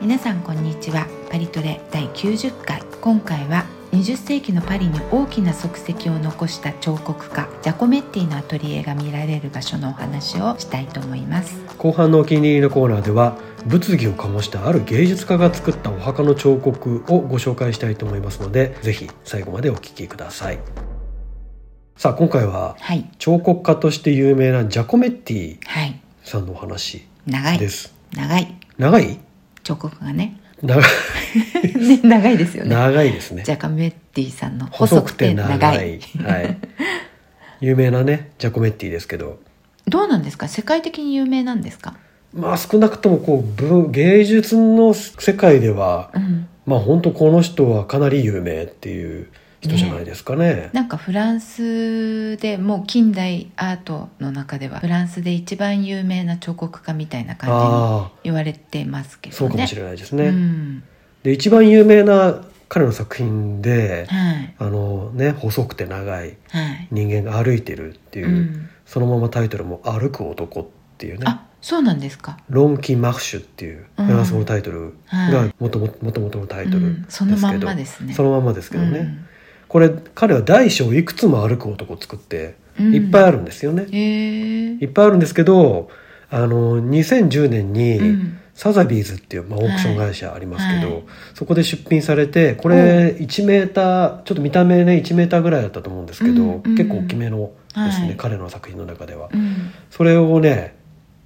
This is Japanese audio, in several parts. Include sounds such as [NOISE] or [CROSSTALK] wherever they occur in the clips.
皆さんこんにちはパリトレ第90回今回は20世紀のパリに大きな足跡を残した彫刻家ジャコメッティのアトリエが見られる場所のお話をしたいと思います後半のお気に入りのコーナーでは物議を醸したある芸術家が作ったお墓の彫刻をご紹介したいと思いますのでぜひ最後までお聞きくださいさあ今回ははい彫刻家として有名なジャコメッティはいさんのお話長いです、長い長い彫刻がね長い [LAUGHS] ね [LAUGHS] 長いですよね長いですねジャコメッティさんの細くて長いはい [LAUGHS] 有名なねジャコメッティですけどどうなんですか世界的に有名なんですかまあ少なくともこう文芸術の世界ではうんまあ本当この人はかなり有名っていう人じゃないですかね。なんかフランスでもう近代アートの中ではフランスで一番有名な彫刻家みたいな感じにあ言われてますけあどねそうかもしれないですうね。んで一番有名な彼の作品で、はいあのね細くて長いはい、人間が歩いてるっていう、うん、そのままタイトルも「歩く男」っていうねあそうなんですか「ロンキー・マフシュ」っていううんフランス語のタイトルはいがもともともともとのタイトうルんですけそのど、まんまですねそのまんまですけどね、うんこれ彼は大小いくつも歩く男を作ってうんいっぱいあるんですよね、へえいっぱいあるんですけどあの2010年に、うんサザビーズっていう、まあ、オークション会社ありますけど、はいそこで出品されてこれ1メーターちょっと見た目ね1メーターぐらいだったと思うんですけど、うんうん結構大きめのですね、はい彼の作品の中では、うんそれをね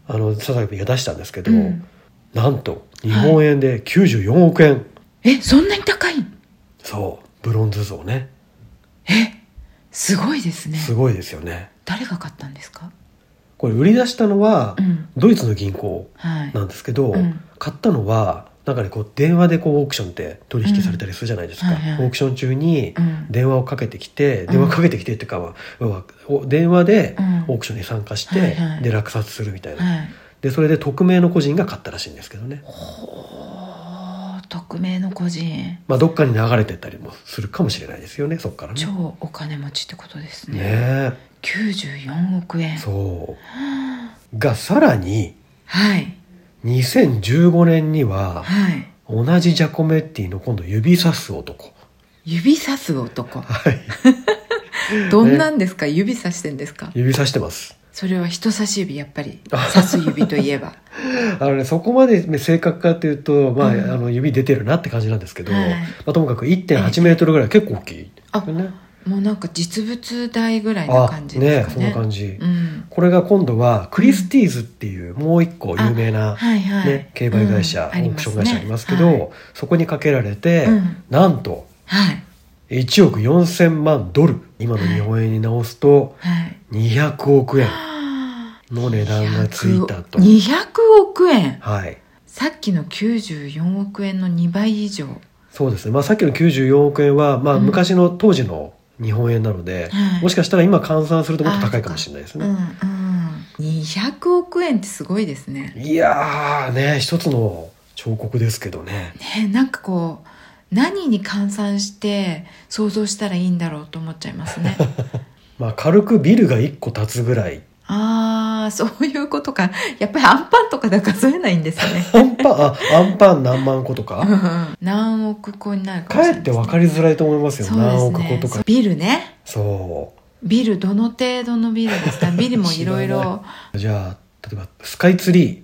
あのサザビーが出したんですけど、うんなんと日本円で94億円、えそんなに高いそうブロンズ像ねすごいですねすごいですよね誰が買ったんですかこれ売り出したのは、うんドイツの銀行はいなんですけど、うん買ったのはなんかねこう電話でこうオークションって取引されたりするじゃないですか、うんはいはいオークション中にうん電話をかけてきて、ん電話かけてきてっていうかは、要はお電話でうんオークションに参加して、はいはいで落札するみたいな、はいでそれで匿名の個人が買ったらしいんですけどね、ほう匿名の個人まあ、どっかに流れてったりもするかもしれないですよねそっからね。超お金持ちってことですねね94億え円そうがさらにはい2015年にははい同じジャコメッティの今度指さす男指さす男 [LAUGHS] はいどんなんですか、指さしてんですか指さしてますそれは人差し指やっぱり指す指といえ [LAUGHS] ばあのね、そこまでね正確かというと、まあ、うんあの指出てるなって感じなんですけど、はいまあ、ともかく1.8メートルぐらい結構大きい、あね、もうなんか実物大ぐらいなあ感じでねすかそねんな感じ、うんこれが今度はクリスティーズっていうもう一個有名な、はいはい、ね、競売会社、うんオークション会社ありますけはど、いそこにかけられて、うんなんとはい、 1億4000万ドル今の日本円に直すとはい200億円の値段がついたと。 200億円はいさっきの94億円の2倍以上そうですね、まあ、さっきの94億円は、まあ、うん昔の当時の日本円なので、はいもしかしたら今換算するともっと高いかもしれないですうんうね。ん200億円ってすごいですねいやーね一つの彫刻ですけどねねなんかこう何に換算して想像したらいいんだろうと思っちゃいます [LAUGHS] ねまあ軽くビルが1個建つぐらいああそういうことかやっぱりアンパンとかでは数えないんです [LAUGHS] ねアンパンあアンパン何万個とうかん何億個になるかかえって分かりづらいと思いますよ、何そう億です個ねとかビルねそビルどの程度のビル [LAUGHS] ですかビルもいろい知ろうじゃあ例えばスカイツリー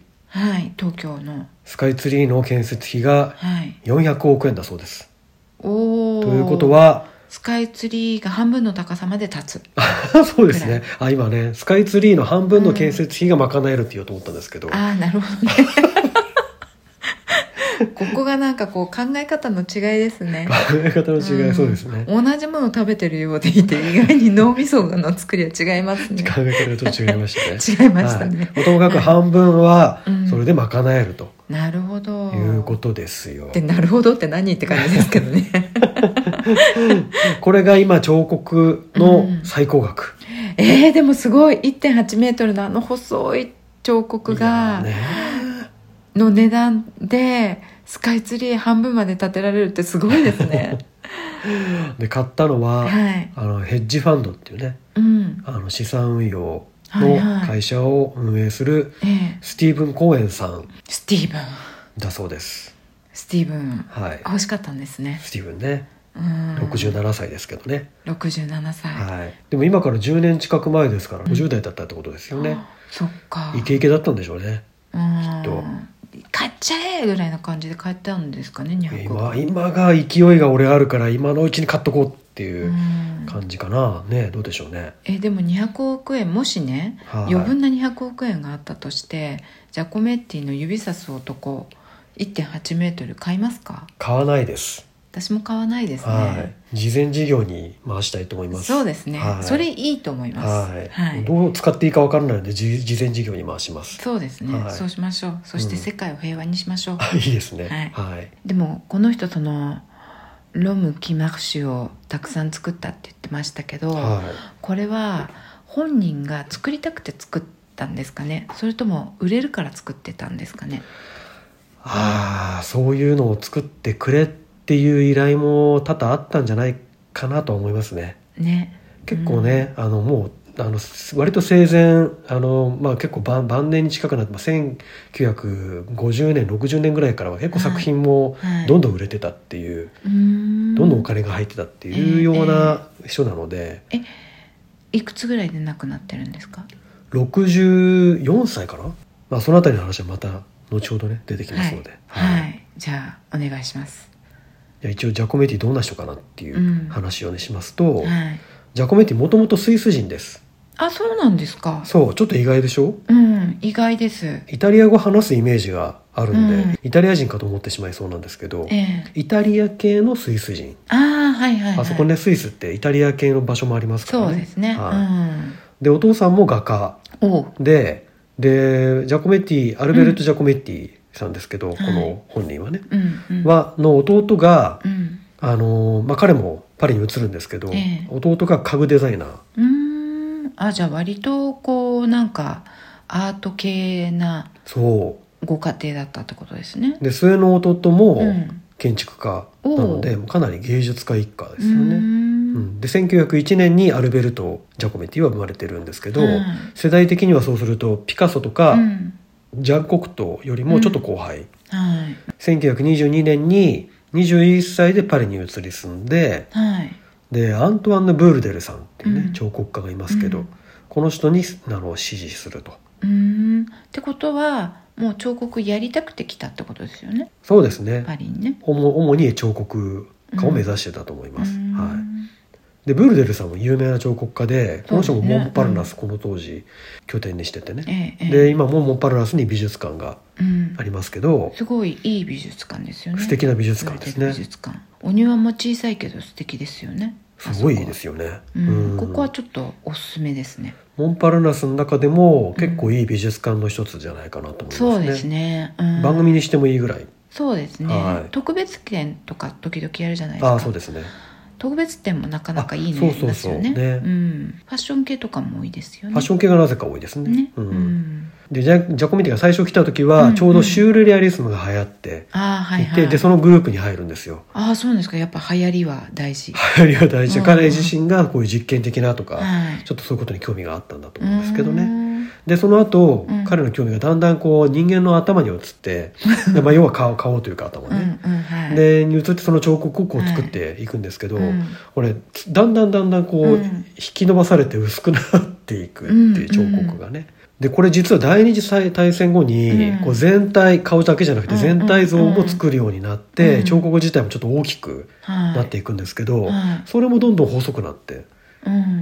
はい東京のスカイツリーの建設費がはい400億円だそうですおおということはスカイツリーが半分の高さまで立つ [LAUGHS] そうですねあ今ねスカイツリーの半分の建設費が賄えるって言おうと思ったんですけど、 [LAUGHS] ああなるほどね [LAUGHS] ここがなんかこう考え方の違いですね考え方の違い、んそうです [LAUGHS] ね同じもの食べてるようでいて意外に脳みその作りは違います [LAUGHS] ね考え方がちょっと違いましたね違いましたねはい、ともかく半分はうんそれで賄えるとなるほどいうことですよ、でなるほどって何って感じですけどね [LAUGHS] これが今彫刻の最高額、えー、でもすごい1 8メートルのあの細い彫刻いやがーねの値段でスカイツリー半分まで建てられるってすごいですねで買ったの [LAUGHS] は、はいあのヘッジファンドっていうねうんあの資産運用はいのはい会社を運営するええスティーブン・コーエンさんスティーブンだそうです、スティーブンはいあ欲しかったんですねスティーブンねうん67歳ですけどね、 67歳、はい、でも今から10年近く前ですからうん50代だったってことですよね、あそっかイケイケだったんでしょうねうんきっと買っちゃえぐらいの感じで買ったんですかね200今今が勢いが俺あるから今のうちに買っとこうっていううん感じかな、ねどうでしょうねえでも200億円もしねはい余分な200億円があったとしてジャコメッティの指さす男1.8メートル買いますか買わないです私も買わないですね、はい事前事業に回したいと思いますそうですね、はいそれいいと思いますはい、どう使っていいか分からないのでじ事前事業に回しますそうですね、はいそうしましょうそして世界を平和にしましょう、 [LAUGHS] いいですねははい、でもこの人そのロム・キマクシュをたくさん作ったって言ってましたけど、はいこれは本人が作りたくて作ったんですかねそれとも売れるから作ってたんですかねああそういうのを作ってくれっていう依頼も多々あったんじゃないかなとは思いますねね結構ね、あのもうあのす割と生前あの、まあ、結構晩晩年に近くなって、まあ、1950年60年ぐらいからは結構作品もはいどんどん売れてたっていう、うーんどんどんお金が入ってたっていうような人なので、いくつぐらいで亡くなってるんですか64歳かな、まあ、そのあたりの話はまた後ほどね出てきますので、はい、はいい、じゃあお願いしますじゃあ一応ジャコメティどんな人かなっていう話をね、しますと、はいジャコメティもともとスイス人ですあそうなんですかそうちょっと意外でしょうん意外ですイタリア語話すイメージがあるんで、うんイタリア人かと思ってしまいそうなんですけどええイタリア系のスイス人ああはいはい、はい、あそこねスイスってイタリア系の場所もありますからそねうですね、はいでお父さんも画家うんおうででジャコメティアルベルト・ジャコメティさんですけど、この本人はね、うんうんはの弟が、うんあのーまあ、彼もパリに移るんですけど、ええ弟が家具デザイナーうーんあじゃあ割とこうなんかアート系なそご家庭だったってことですねうで末の弟もうん建築家なので、かなり芸術家一家でうすよーね、うんん、で1901年にアルベルト・ジャコメティは生まれてるんですけど、はい世代的にはそうするとピカソとか、うんジャン・コクトーよりもちょっと後輩、はい1922年に21歳でパリに移り住んではいでアントワンヌ・ブールデルさんっていうね、うん彫刻家がいますけうど、んこの人にあの支持するとうーんってことはもう彫刻やりたくて来たってことですよねそうですね、パリにね主主に彫刻家を目指してたと思います、うーんはい、でブールデルさんも有名な彫刻家でこの人もそうですねモンパルナスこの当時拠点にしててね、ええええで今もモンパルナスに美術館がうんありますけど、すごいいい美術館ですよね素敵な美術ブ館ルでデすルね美術館お庭も小さいけど素敵ですよねすごいいいあそこはですよね、うん、うんここはちょっとおすすめですね。モンパルナスの中でも結構いい美術館の一つじゃないかなと思いますねそうですね。うん、番組にしてもいいぐらいそうですね、はい特別展とか時々やるじゃないですか。ああそうですね特別展もなかなかいいのあそうやりますよねそうそうねうん。ファッション系とかも多いですよね。ファッション系がなぜか多いですねね。ううんん。でジャジャコミティが最初来た時うんうはんちょうどシュールレアリスムが流行ってああはいいはてい。でそのグループに入るんですよああそうなんですか。やっぱ流行りは大事。流行りは大事うん彼自身がこういう実験的なとかはい。ちょっとそういうことに興味があったんだと思うんですけどねね。でその後うん彼の興味がだんだんこう人間の頭に移って [LAUGHS] でまあ要は顔顔というか頭うんねうんはい。でに移ってその彫刻をこう作っていくんですけどうんこれだんだんだんだんこううん引き伸ばされて薄くなっていくっていう彫刻がね。でこれ実は第二次大大戦後にうんこう全体顔だけじゃなくてうん全体像も作るようになっうてん彫刻自体もちょっと大きくはいなっていくんですけどはそれもどんどん細くなってい。うん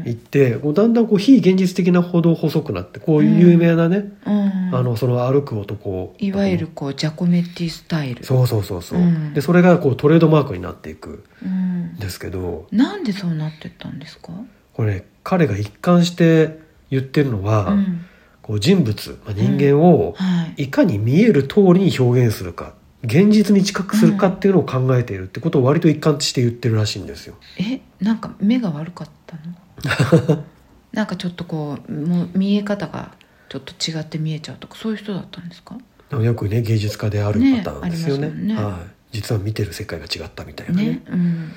いってこうだんだんこう非現実的なほど細くなってこういう有名なねうん。あのその歩く男いわゆるこうジャコメッティスタイル。そうそうそうそううんでそれがこうトレードマークになっていくうんん。ですけどなんでそうなってったんですか。これ彼が一貫して言ってるのは、うん。こう人物、まあ、人間をはい。いかに見える通りに表現するか現実に近くするかっていうのを考えているってことを割と一貫して言ってるらしいんですよ。えなんか目が悪かったの [LAUGHS] なんかちょっとこうもう見え方がちょっと違って見えちゃうとかそういう人だったんですかでもよくね芸術家であるねパターンですよねありますよねはい、実は見てる世界が違ったみたいなねねうん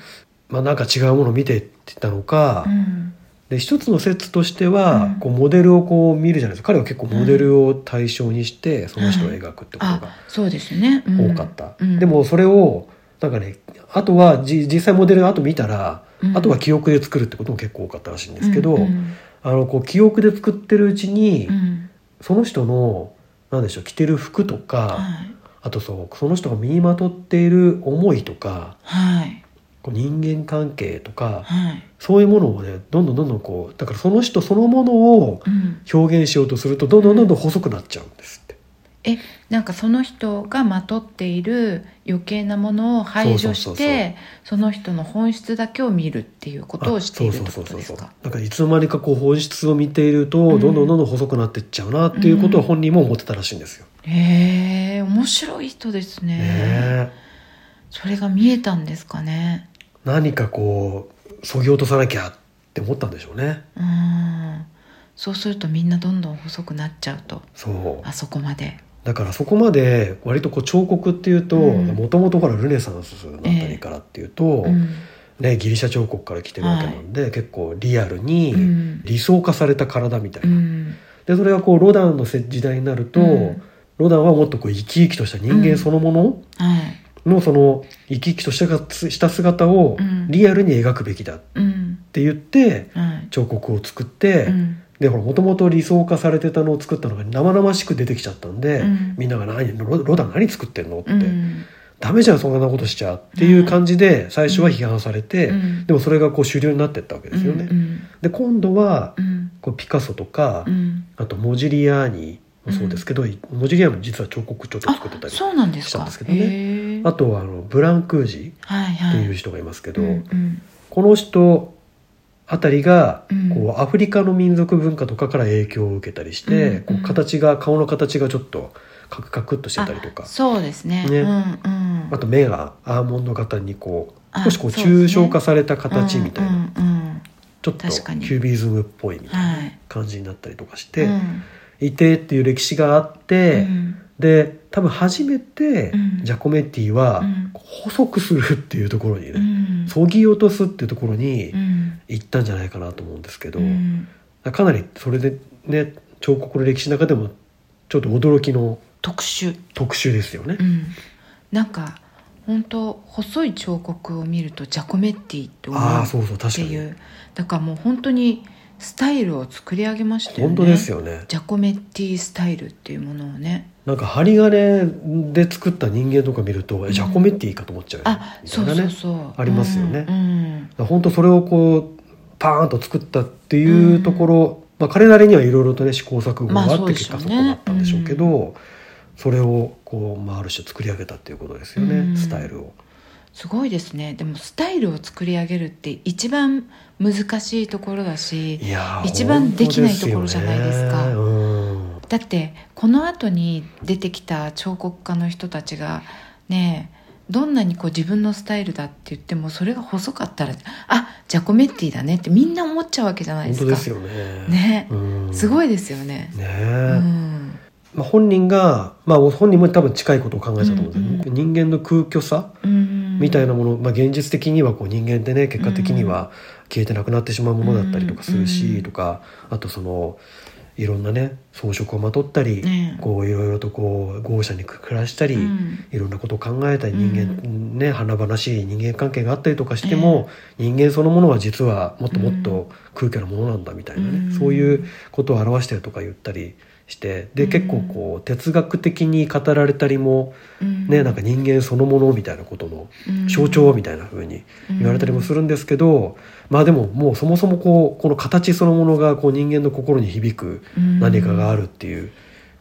まあ、なんか違うものを見てってたのか、うんで一つの説としては、うんこうモデルをこう見るじゃないですか彼は結構モデルを対象にして、その人を描くってことがあそうですね、うん多かった、うんでもそれをなんかねあとはじ実際モデルの後見たら、うんあとは記憶で作るってことも結構多かったらしいんですけど、うんうんあのこう記憶で作ってるうちに、うんその人のなんでしょう着てる服とか、はいあとそうその人が身にまとっている思いとかはいこう人間関係とか、はい、そういうものをねどんどんどんどんこうだからその人そのものをうん、表現しようとするとどんどんどんどん細くなっちゃうんですって。なんかその人がまとっている余計なものを排除そうそうしそうてその人の本質だけを見るっていうことをしているってことですかだからいつの間にかこう本質を見ていると、うんどんどんどんどん細くなっていっちゃうなっていうことは本人も思ってたらしいんですよ。へえ面白い人ですねねえそれが見えたんですかね何かこうそぎ落とさなきゃって思ったんでしょうね。うんそうするとみんなどんどん細くなっちゃうとそうあそこまでだからそこまで割とこう彫刻っていうとうんもともとからルネサンスだったりからっていうと、うんね、ギリシャ彫刻から来てるわけなんで、結構リアルにうん理想化された体みたいうな、んでそれがこうロダンのせ時代になると、うんロダンはもっとこう生き生きとした人間そのものはいのその生き生きとしたがした姿をうんリアルに描くべきだっうんて言ってはい彫刻を作って、うんでほらもともと理想化されてたのを作ったのが生々しく出てきちゃったんで、うんみんなが何ロ「ロダン何作ってんの?」って、うんダメじゃんそんなことしちゃ」っていう感じで最初は批判されて、うんでもそれがこう主流になってったわけですよね。うんで今度はうんこうピカソとか、うんあとモジリアーニもそうですけど、モジリアーニも実は彫刻ちょっとあ作ってたりそうなんですしたんかですけどねへえあとはあのブランクージはいっはていいう人がいますけど、うんうんこの人あたりがうんこうアフリカの民族文化とかから影響を受けたりして、うんこう形が顔の形がちょっとカクカクっとしてたりとかあ,、そうですねねうんうんと目がアーモンド型にこうあ少しこうそうですね抽象化された形みたいな、うんうんちょっとキ確かにュービズムっぽいみたいはない感じになったりとかして、うんいてっていう歴史があって。うんで多分初めてうんジャコメッティはうん細くするっていうところにうねんそぎ落とすっていうところにうん行ったんじゃないかなと思うんですけどうんかなりそれでね彫刻の歴史の中でもちょっと驚きの特殊特集ですよねう。んなんか本当細い彫刻を見るとジャコメッティって思うああっそうそう確かていにうだからもう本当にスタイルを作り上げましたよね本当ですよね。ジャコメッティスタイルっていうものをねなんか針金で作った人間とか見るとんえジャコメッティかと思っちゃうよねあみたそいうなそうね。そうありますよねうんうん本当それをこうパーンと作ったっていうところ、まあ、彼なりにはいろいろとね試行錯誤がまああっそてうで結しょう果ねそこだったんでしょうけど、それをこう、まあ、ある種作り上げたっていうことですよね、うんスタイルを。すごいですねでもスタイルを作り上げるって一番難しいところだしいやー一番できないところじゃないですか本当よねだってこの後に出てきた彫刻家の人たちがねえどんなにこう自分のスタイルだって言ってもそれが細かったらあジャコメッティだねってみんな思っちゃうわけじゃなういん、で本すか当ですよね。ねうんすごねいですよねうえんまあ、本人が、まあ、本人も多分近いことを考えてたと思うんですよね、うん人間の空虚さうんみたいなもの、まあ、現実的にはこう人間ってね結果的には消えてなくなってしまうものだったりとかするし、うんとかあとそのいろんなね装飾をまとったり、ねえこういろいろとこう豪奢に暮らしたり、うんいろんなことを考えたり人間、うね華々しい人間関係があったりとかしても、人間そのものは実はもっともっと空虚なものなんだみたいなね、うんそういうことを表してるとか言ったりしてでうん結構こう哲学的に語られたりも、うんねなんか人間そのものみたいなことのうん象徴みたいな風に言われたりもするんですけど、まあでももうそもそもこうこの形そのものがこう人間の心に響くうん何かがあるっていう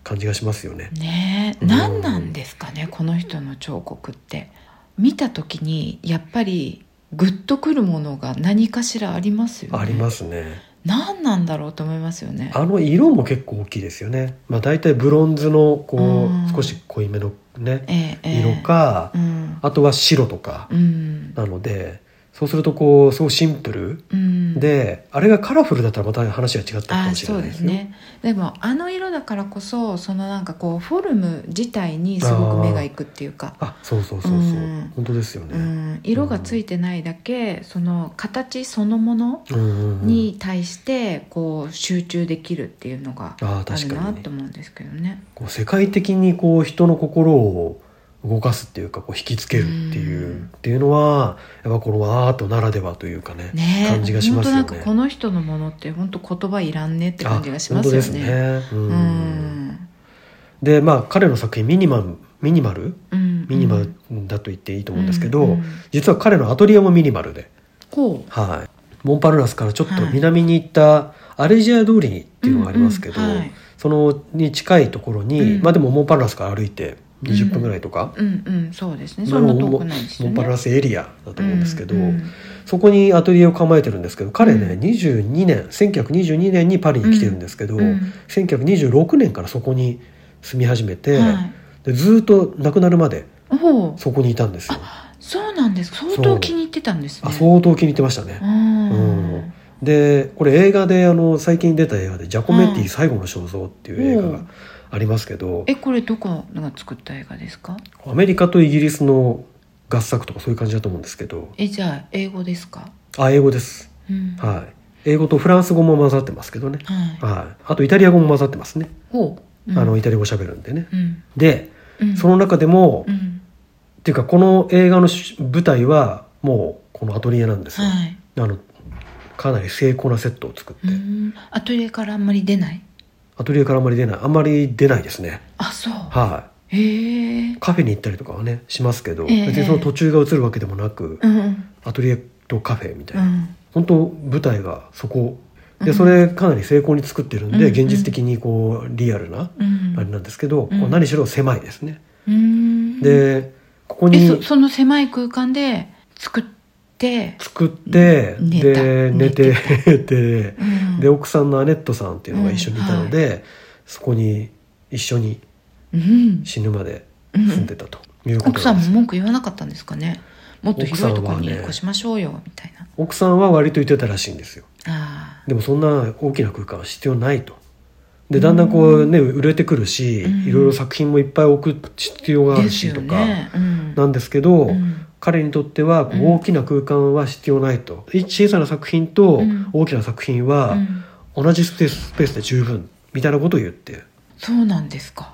感じがしますよね。ねえうん何なんですかねこの人の彫刻って見た時にやっぱりグッとくるものが何かしらありますよねありますね。何なんだろうと思いますよねあの色も結構大きいですよね。まあ大体ブロンズのこうんう少し濃いめのねええええ色か、うんあとは白とかうんなので。そうするとこうすごいシンプルうん、であれがカラフルだったらまた話が違ったかあもーしれそなういでですすよねでもあの色だからこそそのなんかこうフォルム自体にすごく目がいくっていうか、あそうそうそうそう、うん本当ですよね、うん、色がついてないだけその形そのものうんうんうんに対してこう集中できるっていうのがあああ確るかなにと思うんですけどね。こう世界的にこう人の心を動かすっていうかこう引きつけるっていう、うんっていうのはやっぱこのアートならではというかねねえ感じがしますよね本当なんかこの人のものって本当言葉いらんねって感じがしますよあね。本当ですねうんう、ん、でまあ彼の作品ミニマムミニマルうん、ミニマルだと言っていいと思うんですけど、うんうん実は彼のアトリエもミニマルで、ほうはい、モンパルナスからちょっと南に行ったアレジア通りっていうのがありますけど、うんうんはいそのに近いところに、うんまあでもモンパルナスから歩いて20分ぐらいとか、うんうんそうですねそんな遠くないですよね。モンパルナスエリアだと思うんですけど、うんうんそこにアトリエを構えてるんですけど彼ね、うん22年1922年にパリに来てるんですけど、うん1926年からそこに住み始めて、はでずっと亡くなるまでい、ほうそこにいたんですよ。そうなんです相そ当う気に入ってたんですね。あ相当気に入ってましたね。うんうんでこれ映画であの最近出た映画で「ジャコメッティ最後の肖像」っていう映画うがんありますけど、えこれどこが作った映画ですかアメリカとイギリスの合作とかそういう感じだと思うんですけどえじゃあ英語ですか、あ英語です、うんははい、英語とフランス語も混ざってますけどね、いはい、あとイタリア語も混ざってますね、ほう、うんあのイタリア語喋るんでねうんでうん、その中でも、うっんていうかこの映画の主舞台はもうこのアトリエなんですよ、はいあのかなり精巧なセットを作って、うんアトリエからあんまり出ないアトリエからあんまり出ないあんまり出ないですねあそうはいへえカフェに行ったりとかはねしますけど、ええ別にその途中が映るわけでもなく、うんうんアトリエとカフェみたいうな、ん本当舞台がそこうでんそれかなり精巧に作ってるんで、うんうん現実的にこうリアルなうんあれなんですけど、うんこう何しろ狭いですね、うんでここえにそその狭い空間で作って、作って、寝たで寝ててうんで奥さんのアネットさんっていうのが一緒にいたので、そこに一緒にうん死ぬまで住んでたということ奥さなんんでもす、文句言わなかったんですかねもっと広いところに奥さんはね越しましょうよみたいな、奥さんは割と言ってたらしいんですよあでもそんな大きな空間は必要ないと。でだんだんこうね売れてくるし、うんいろいろ作品もいっぱい置く必要あがあでるすしよとか、ね、うん、なんですけど、うん彼にとってはこううん大きな空間は必要ないと、小さな作品とうん大きな作品はうん同じスペーススペースで十分みたいなことを言ってそうなんですか、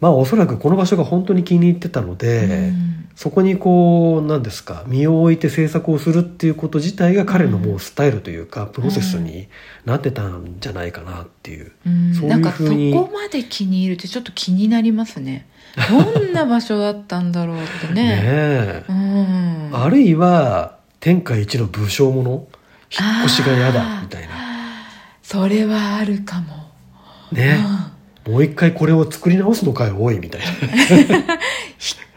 まあおそらくこの場所が本当に気に入ってたので、うんそこにこう何ですか身を置いて制作をするっていうこと自体が彼のもうスタイルというかプロセスになってたんじゃないかなっていう。うんそういうなんかそ風にこまで気に入るってちょっと気になりますねどんな場所だったんだろうって [LAUGHS] ねねえうんあるいは天下一の武将者引っ越しが嫌だみたいなそれはあるかも、ねうん、もう一回これを作り直すのかよ多いみたい [LAUGHS] 引っ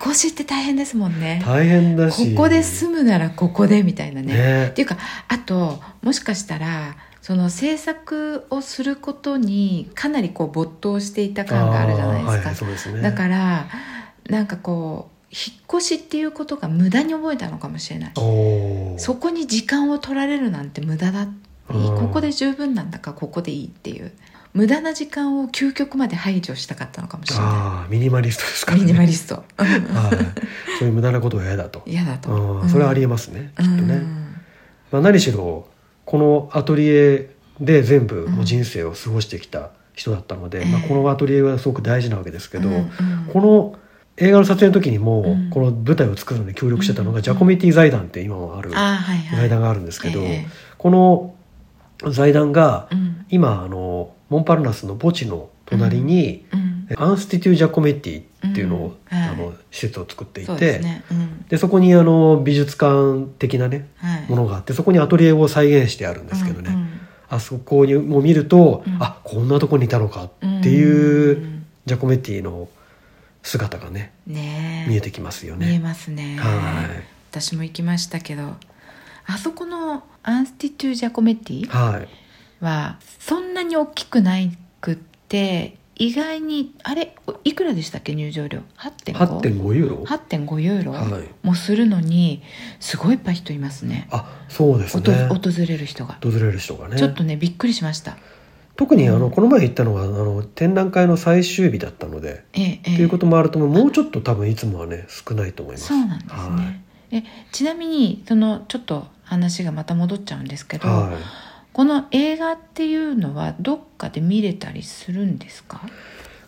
越しって大変ですもんねな大変だこしこで住むならここでみたいなねねっていうかあともしかしたらその制作をすることにかなりこう没頭していた感があるじゃないですあーか、はいそうですねだからなんかこう引っ越しっていうことが無駄に覚えたのかもしれないおーそこに時間を取られるなんて無駄だうんここで十分なんだからここでいいっていう無駄な時間を究極まで排除したかったのかもしれなああミニマリストですかいらミニマねリストうんはいそういう無駄なことは [LAUGHS] 嫌だと嫌だとあーそれはありえますねきっとうねんまあ何しろこのアトリエで全部もう人生を過ごしてきた人だったのでうんまあこのアトリエはすごく大事なわけですけどうんうんこの映画の撮影の時にも、うんこの舞台を作るのに協力してたのうがんジャコメティ財団って今もあるあーはいはい財団があるんですけど、ええこの財団がうん今あのモンパルナスの墓地の隣に、うんアンスティテュ・ジャコメティっていうのを、うんはいあの施設を作っていそうてでそすね、うんでそこにあの美術館的なねはい、ものがあってそこにアトリエを再現してあるんですけどね、うんあそこにも見ると、うんあこんなとこにいたのかっうんていう、んジャコメティの姿がねねえ見えてきますよ見えね。ますねは私も行きましたけどあそこのアンスティテュ・ジャコメテい。ィはい。はそんなに大きくないくって意外にあれいくらでしたっけ入場料8.5 8.5ユーロ8.5ユーロはいもするのにすごいいっぱい人いますねあそうですおとね訪れる人が、訪れる人がねちょっとねびっくりしました特にあのこの前行ったのがあの展覧会の最終日だったのでええええっていうこともあると思うもうちょっと多分いつもはね少ないと思いますそうなんですね、えちなみにそのちょっと話がまた戻っちゃうんですけど、はい、この映画っていうのはどっかで見れたりするんですか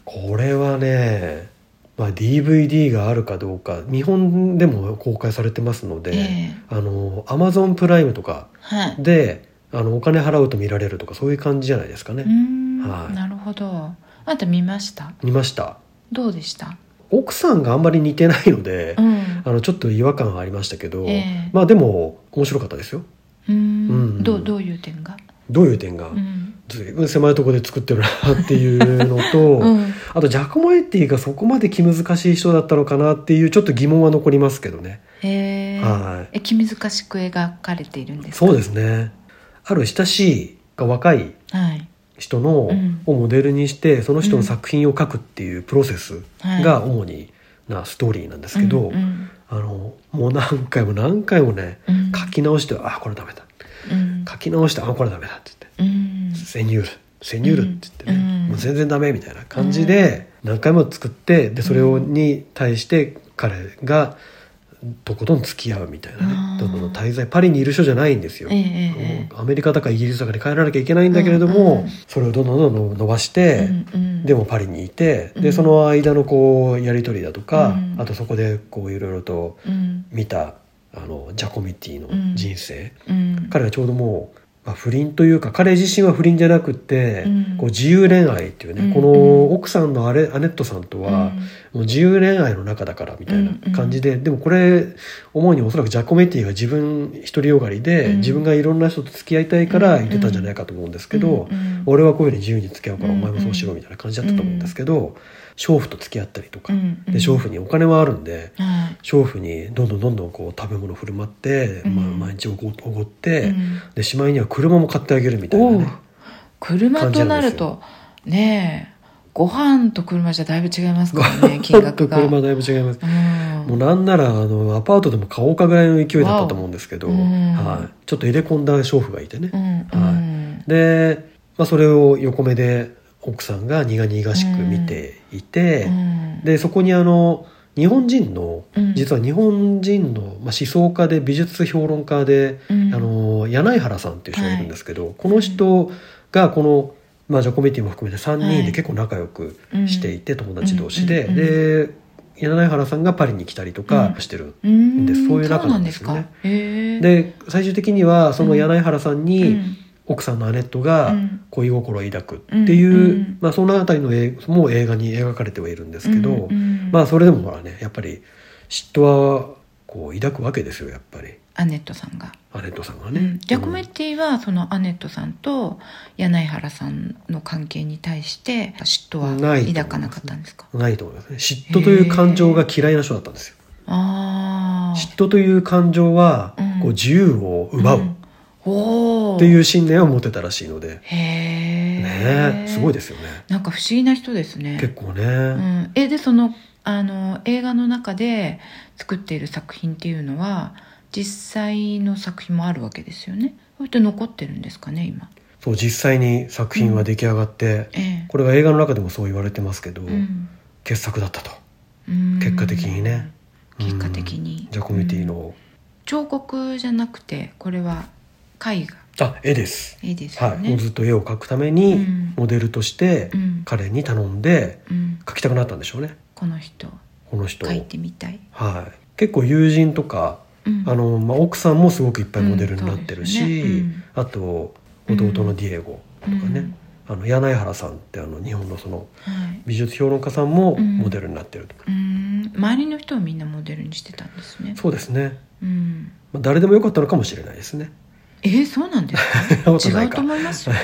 これはね、まあ、DVD があるかどうか日本でも公開されてますので、ええあのアマゾンプライムとかはいであのお金払うと見られるとかそういう感じじゃないですかね、うーん、はいなるほどあんた見ました見ましたどうでした奥さんがあんまり似てないので、うんあのちょっと違和感はありましたけど、ええまあでも面白かったですようーんうんどうどういう点が、どういう点が、うんずいぶん狭いところで作ってるなっていうのと、 [LAUGHS] うんあとジャコモエッティがそこまで気難しい人だったのかなっていうちょっと疑問は残りますけどね、へえはいえ気難しく描かれているんですかそうですねある親しい若いはい人の、うんをモデルにしてその人の作品を書くっていうプロセスはいが主になストーリーなんですけど、うんうんあのもう何回も何回もねうん書き直して「あこれダメだ」うん書き直して「あこれダメだ」って言ってうん「セニュール」「セニュール」って言ってね、うんもう全然ダメみたいな感じで何回も作ってでそれをに対して彼がとことん付き合うみたいなね、うんどんどん滞在パリにいる人じゃないんですよ。えええええアメリカだかイギリスだかに帰らなきゃいけないんだけれどうんも、うんそれをどんどんどんどん伸ばしえて、うんうんでもパリにいて、うでんその間のこうやり取りだとか、うんあとそこでこういろいろとうん見たあのジャコミティの人生、うん彼はちょうどもう、まあ、不倫というか彼自身は不倫じゃなくて、うんこう自由恋愛っていうね、うんこの奥さんのアレアネットさんとは、もう自由恋愛の中だからみたいな感じで、でもこれ主におそらくジャコメティが自分独りよがりで、うん自分がいろんな人と付き合いたいから言ってたんじゃないかと思うんですけど、うんうん俺はこういうふうに自由に付き合うからおうん前もそうしろみたいな感じだったと思うんですけど、娼婦と付き合ったりとか、うんうんで娼婦にお金はあるんではい娼婦にどんどんどんどんこう食べ物振る舞って、うんまあ、毎日おごおごって、うんでしまいには車も買ってあげるみたいなおうね。車となるとねえご飯と車じゃだいぶ違いますからね金額が [LAUGHS] 車だいぶ違います。うんもうなんならあのアパートでも買おうかぐらいの勢いだったと思うんですけど、わおうんはい、ちょっと入れ込んだ娼婦がいてね、うんうんで、まあ、それを横目で奥さんが苦々しく見ていて、うんでそこにあの日本人のうん実は日本人の、まあ、思想家で美術評論家で、うんあの柳原さんっていう人がいるんですけど、この人がこの、まあ、ジャコメティも含めて3人はでい結構仲良くしていて、友達同士で、うんうんで柳原さんがパリに来たりとかしてる、うんでそういうそ中うななんんでですすよねかへえで最終的にはその柳原さんうに、ん奥さんのアネットうがん恋心を抱くっていう、うんうんまあ、そのあたりの映もう映画に描かれてはいるんですけど、うんうんまあそれでもほらねやっぱり嫉妬はこう抱くわけですよやっぱりアネットさんがアネットさんがうね。んジャコメうッんティはそのアネットさんと柳原さんの関係に対して嫉妬はないと思います抱かなかったんですかないと思いますね嫉妬という感情が嫌いな人だったんですよああ嫉妬という感情はうんこう自由を奪うっんおおていう信念を持てたらしいので、へえねえすごいですよねなんか不思議な人ですね結構ね、うん、えでそのあの映画の中で作っている作品っていうのは実際の作品もあるわけですよねそうやって残ってるんですかね今そう実際に作品は出来上がって、ええこれが映画の中でもそう言われてますけど、うん傑作だったとうん結果的にね、うん結果的にジャコメティうんの、彫刻じゃなくてこれは絵画あ絵です絵ですはよい、ね、もうずっと絵を描くために、うんモデルとしてうん彼に頼んでうん、描きたくなったんでしょうねこの人この人を描いてみたい、はい、結構友人とか、うんあのまあ、奥さんもすごくいっぱいモデルになってるし、うんそうですよねあと弟のディエゴとかうね、んあの柳原さんってあの日本のそのはい、美術評論家さんもうんモデルになってると、うん周りの人をみんなモデルにしてたんですねそうですね、うんまあ、誰でもよかったのかもしれないですね [LAUGHS] えー、そうなんですかそんなことな違いうかと思い [LAUGHS] ますよ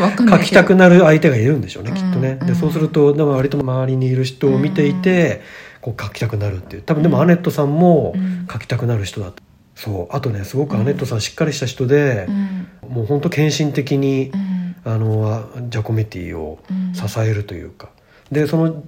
わかんない書きたくななる相手がいるんでしょうね、うんきっとねうでんそうするとでも割と周りにいる人を見ていて、こう書きたくなるっていう多分でもうんアネットさんもうん書きたくなる人だと、そうあとねすごくアネットさんしっかりした人でう、んもう本当献身的にう、んあのあジャコメティをうん支えるというか、でその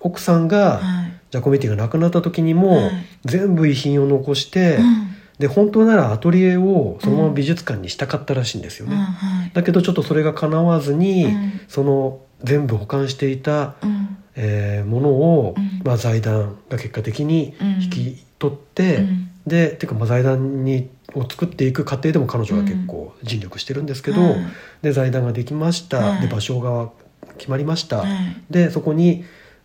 奥さんがはいジャコメティが亡くなった時にも、はい全部遺品を残して、うんで本当ならアトリエをそのまま美術館にしたかったらしいんですよね、うんはいだけどちょっとそれが叶わずに、うんその全部保管していた、うんえーものを、うんまあ、財団が結果的にうん引き取って、うんでていうかまあ財団にを作っていく過程でも彼女は結構尽力してるんですけど、うんで財団ができました、はいで場所が決まりました、はいでそこに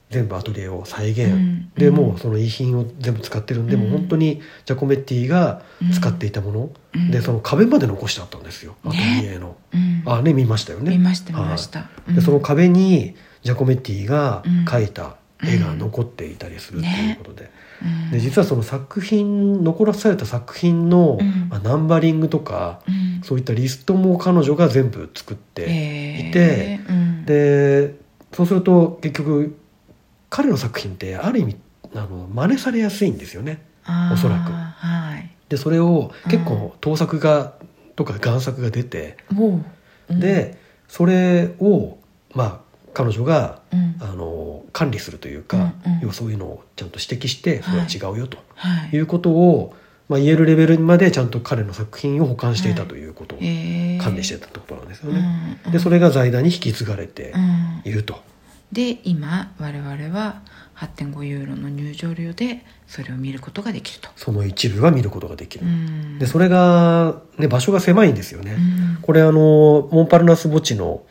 全部アトリエを再現、うんでもうその遺品を全部使ってるんで、うんもう本当にジャコメッティが使っていたもの、うんでその壁まで残してあったんですよアトねリエの、うんあね見ましたよね見ました見ましたはいでその壁にジャコメッティが描いた絵がうん残っていたりするっていうことで,、うんで実はその作品残らされた作品の、うんまあ、ナンバリングとかうんそういったリストも彼女が全部作って、えいてーうんでそうすると結局彼の作品ってある意味あの真似されやすいんですよね。あーおそらくはいでそれを結うん構盗作がとか贋作が出て、おううんでそれをまあ彼女がうんあの管理するというか、うんうん要はそういうのをちゃんと指摘してそれは違うよとはいいうことを、まあ、言えるレベルまでちゃんと彼の作品を保管していたということをえー管理してたってことなんですようね。んうんでそれが財団に引き継がれてうんいると。で今我々は8.5ユーロの入場料でそれを見ることができるとその一部が見ることができる、うんでそれが、ね、場所が狭いんですよね、うんこれあのモンパルナス墓地の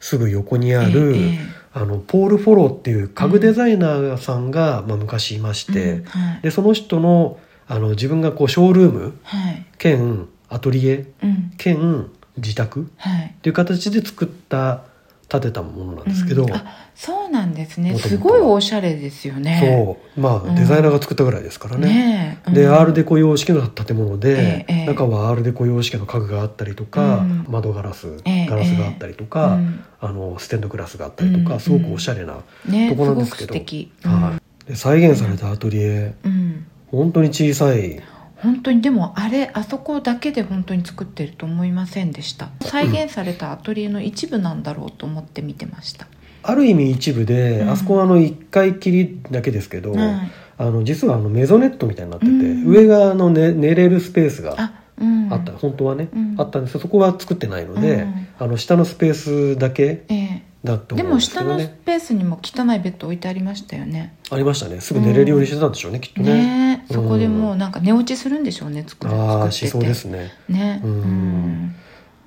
すぐ横にある、ええええあのポール・フォローっていう家具デザイナーさんが、まあ、昔いまして、うんはいでその人のあの自分がこうショールームはい兼アトリエうん兼自宅っはいていう形で作った建てたものなんですけど、うんあそうなんですね元す々ごいおしゃれですよねそうまあ、うんデザイナーが作ったぐらいですからねねえで、うんアールデコ様式の建物で、ええええ中はアールデコ様式の家具があったりとか、うん窓ガラス、ええガラスがあったりとうか、んあのステンドグラスがあったりとか、うんすごくおしゃれな、ねとこなんですけすごく素ど敵はい、で再現されたアトリエうんうん本当に小さい本当にでもあれあそこだけで本当に作ってると思いませんでした再現されたアトリエの一部なんだろうと思って見てました、ある意味一部で、うんあそこはあの1階きりだけですけど、はいあの実はあのメゾネットみたいになってて、うん上があの、ね、寝れるスペースがあうんあった、本当はね、うんあったんですけどそこは作ってないので、うんあの下のスペースだけええだとで思うんもですけ下どのねスペースにも汚いベッド置いてありましたよねありましたねすぐ寝れるようにしてたんでしょうね、きっとねねえうんそこでもうなんか寝落ちするんでしょうね作るああ作しっててそうですねねううんんうん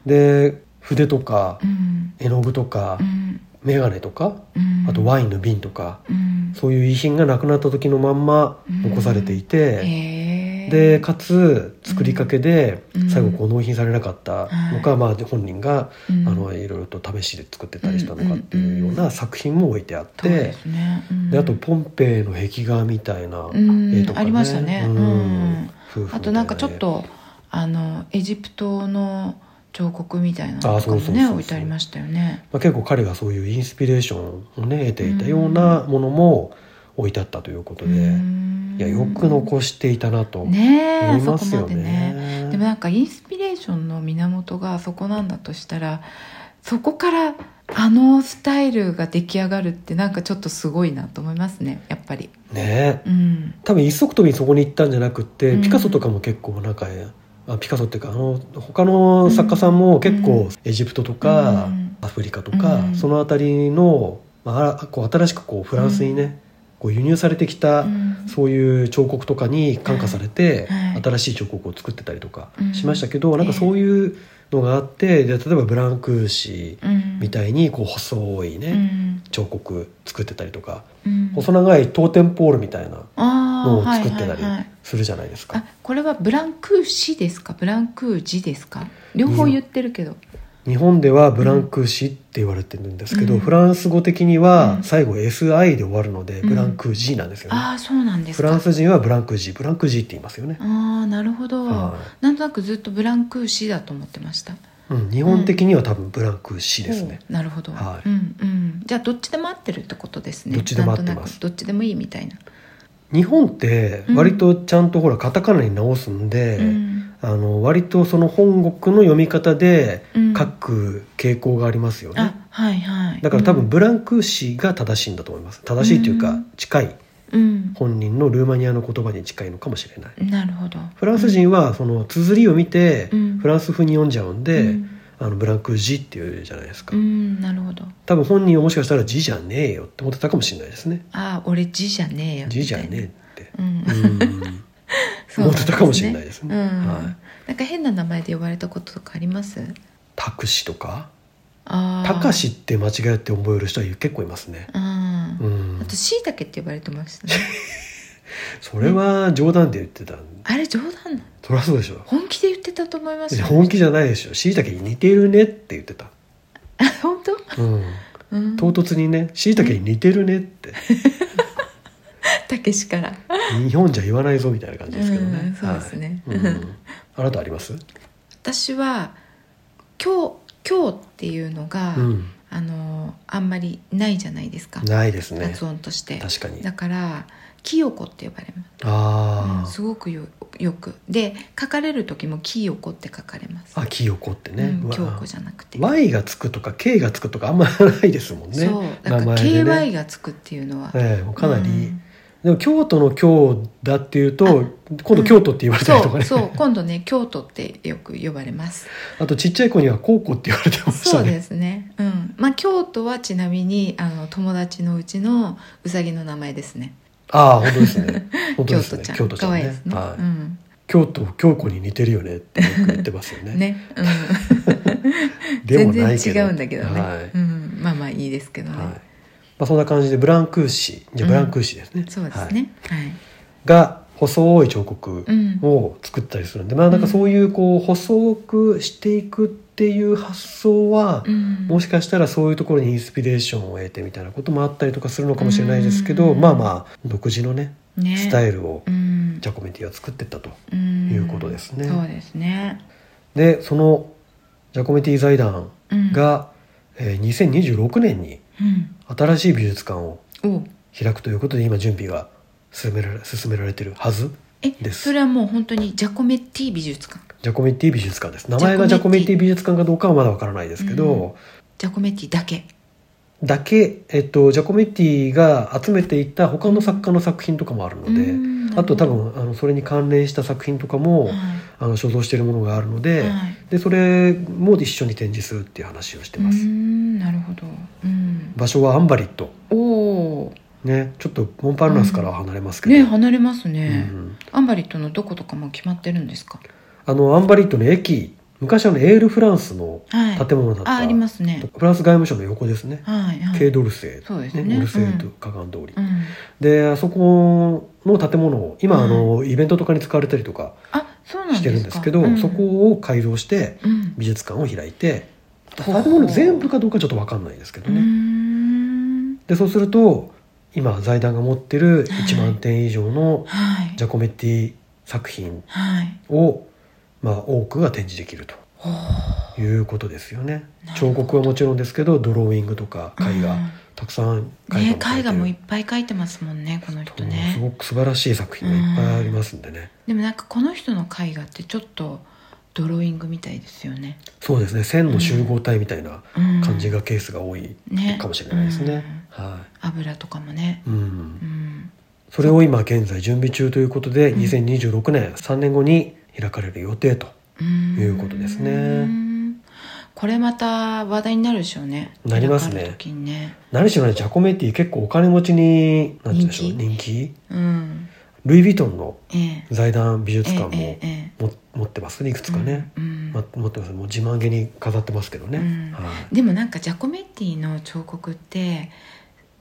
で筆とかうん絵の具とか、眼鏡とかうんあとワインの瓶とか、うんそういう遺品がなくなった時のまんまうん残されていて、ええでかつ作りかけでうん最後こう納品されなかったのか、まあ、本人が、うんあのいろいろと試しで作ってたりしたのかっていうような作品も置いてあっそうでて、すね、うんであとポンペイの壁画みたいなうん絵とかあね、りましたねうんうん夫婦みたいな絵あとなんかちょっとあのエジプトの彫刻みたいなのとあかもそうそうそうねそう置いてありましたよね。まあ、結構彼がそういうインスピレーションをね得ていたようなものも置いてあったということで、いやよく残していたなと思いねえあそまこすまよでね。ね。でもなんかインスピレーションの源がそこなんだとしたらそこからあのスタイルが出来上がるってなんかちょっとすごいなと思いますねやっぱり。ねうん多分一足飛びにそこに行ったんじゃなくって、うんピカソとかも結構なんかあピカソっていうかあの他の作家さんも結う構エジプトとか、うんアフリカとか、うんその辺りの、まあ、こう新しくこうフランスにね、こう輸入されてきた、うんそういう彫刻とかに感化されて、はい新しい彫刻を作ってたりとかうんしましたけど、なんかそういうのがあってで例えばブランクーシうんーみたいにこう細いね、うん彫刻作ってたりとか、うん細長いトーテンポールみたいなあーのを作ってたりはいはいはいするじゃないですか、あこれはブランクー氏ですかブランクージですか両方言ってるけど日本ではブランクーシって言われてるんですけど、うんフランス語的にうはん最後 SI で終わるので、うんブランクージなんですよね、ああそうなんですフかランス人はブランクージブランクージって言いますよね、ああなるほどはなんとなくずっとブランクー氏だと思ってましたうん、日本的には多分ブランクーシですね、ほうなるほど、はいうんうんじゃあどっちでも合ってるってことですねどっちでも合ってなますんとなくどっちでもいいみたいな、日本って割とちゃんとほらカタカナに直すんで、うんあの割とその本国の読み方でうん書く傾向がありますよね、あはいはいだから多分ブランク氏が正しいんだと思います正しいといううかん近いうん、本人のルーマニアの言葉に近いのかもしれないうんなるほどフランス人はその綴りを見てうんフランス風に読んじゃうんで、うんあのブランク字っていうじゃないですか、うんなるほど多分本人はもしかしたら字じゃねえよって思ってたかもしれないですねあ俺字じゃねえよみたい字なじゃねえってうんうん思ってたかもしれないですねそうなんですねうんはいなんか変な名前で呼ばれたこととかありますタクシとかああタカシって間違えて覚える人は結構いますねうん、うんあとしいたけって呼ばれてましたねそれは冗談で言ってたんあれ冗談なのそりゃそうでしょ本気で言ってたと思いますよ本気じゃないでしょしいたけに似てるねって言ってた、あ [LAUGHS] 本当うん、うん唐突にねしいたけに似てるねってたけしから日本じゃ言わないぞみたいな感じですけどね、うんそうですね [LAUGHS] はいうんあなたあります、私は今日今日っていうのが、うん、あのあんまりないじゃないですかないですね発音として確かにだから「きよこ」って呼ばれますあうんーすごくよよくで書かれる時も「きよこ」って書かれますあ清子ってね、うん、うわ京子じゃなくて、 Y がつくとか K がつくとかあんまないですもんねそうだから名前でね KY がつくっていうのは、ええかなり、うんでも京都の京だっていうと今う度ん京都って言われたりとそかうね、そう今度ね京都ってよく呼ばれます [LAUGHS] あとちっちゃい子には高校って言われてましそたうねですねうんまあ京都はちなみにあの友達のうちのうさぎの名前ですねああ本当です [LAUGHS] ね本当京です都ねちゃん京都ちゃ可ん愛いねですね、はいうん京都京子に似てるよねってよく言ってますよねね、うん、 [LAUGHS] でもない全けど然違うんだけどね、はいうん、まあまあいいですけどね、はいまあ、そんな感じでブランクーシじゃあブランクーシですね、そうですはいねはい、が細い彫刻うんを作ったりするんで、まあなんかそういうこう細くしていくっていう発想は、うん、もしかしたらそういうところにインスピレーションを得てみたいなこともあったりとかするのかもしれないですけど、うんまあまあ独自のねねスタイルをうんジャコメティは作ってったと。といいうことですねそうですね。でそのジャコメティ財団うん、が、えー2026年にうん、新しい美術館をお開くということで今準備が進められ進められてるはずえですそれはもう本当にジャコメッティ美術館ジャコメティ美術館です名前がジジャャココメメテティィ美術館かどうかはまだわからないですけど、ジャコメッティだけだけ、えっと、ジャコメティが集めていた他の作家の作品とかもあるので、うんあと多分あのそれに関連した作品とかも、はあの所蔵しているものがあるのいで,、はいでそれも一緒に展示するっていう話をしてうーます、んなるほど、うん、場所はアンバリットおおねちょっとモンパルナスからは離れますけど、ね離れますね、うんアンバリットのどことかも決まってるんですかあのアンバリットの駅昔あのエールフランスのはい建物だった、あありますねフランス外務省の横ですね、はいはいケイドルセイそうですねねオルセイとうん河岸通り、うん、であそこの建物を今、あのイベントとかに使われたりとかあそうなんですかしてるんですけどうんそこを改造してうん美術館を開いてほう建物全部かどうかちょっと分かんないですけどうーね、んでそうすると今財団が持ってる1万点以上のはいジャコメッティ作品はいを、まあ、多くが展示できるとおーいうことですよねなるほ彫ど刻はもちろんですけどドローイングとか絵画、うんたくさんね描い絵て画るもいっぱい描いてますもんねこの人すねごく素晴らしい作品がいっぱいありますんでね、でもなんかこの人の絵画ってちょっとドローイングみたいですよね、そうですね線の集合体みたいなうん、感じがケースが多いねかもしれないですね、はい油とかもねう、うんんそれを今現在準備中ということでうん2026年3年後に開かれる予定とうんいうことですねうんこれまた話題になるでしょうねなりますね開かれた時にね何しろねジャコメティ結構お金持ちになんて言うんでしょう人人気うんルイ・ヴィトンのええ財団美術え館もええも持ってますねいくつかね、えうんま持ってますもう自慢げに飾ってますけどね、うんはいでもなんかジャコメッティの彫刻って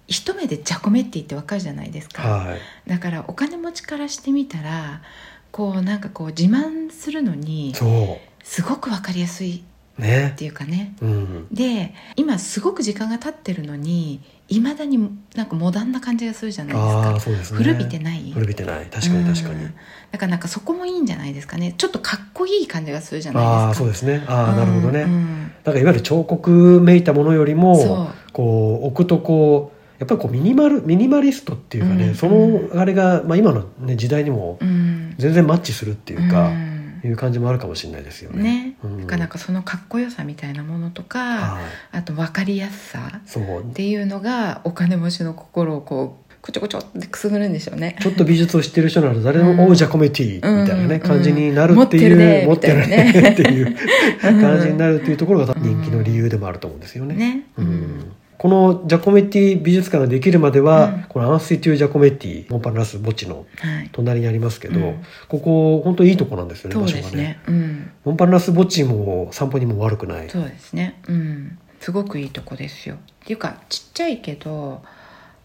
一目でジャコメッティってわかるじゃないですか、はいだからお金持ちからしてみたらこうなんかこう自慢するのにそすごく分かりやすいうねっていうかねうんで今すごく時間が経ってるのにいまだになんかモダンな感じがするじゃないですあかあ、そうですね古びてない古びてない確かに確かに、うんだからなんかそこもいいんじゃないですかねちょっとかっこいい感じがするじゃあないあですそうかですねああ、なるほどね、うんうんなんかいわゆる彫刻めいたものよりもそこう置くとこうやっぱりこうミニマルミニマリストっていうかね、うんそのあれが、まあ、今の、ね、時代にもううん全然マッチするっていうか、んいう感じもあるかもしれないですよね。ねうんなかなかそのかっこよさみたいなものとかはい、あと分かりやすさそうっていうのがお金持ちの心をこうこちょこちょってくすぐるんでしょうね。ちょっと美術を知ってる人なら誰でもう「んおうじゃコメティ」みたいなね、うん感じになるっていううん持ってるね持ってるねっていう [LAUGHS] うん感じになるっていうところが人気の理由でもあると思うんですよね。ね。うんこのジャコメッティ美術館ができるまでは、うんこのアンスイテュージャコメッティモンパンラス墓地のはい。隣にありますけど、うんここ本当いいとこなんですよねそう場所でがすねね。うん。モンパンラス墓地も散歩にも悪くないそうですね。うん。すごくいいとこですよ。っていうかちっちゃいけど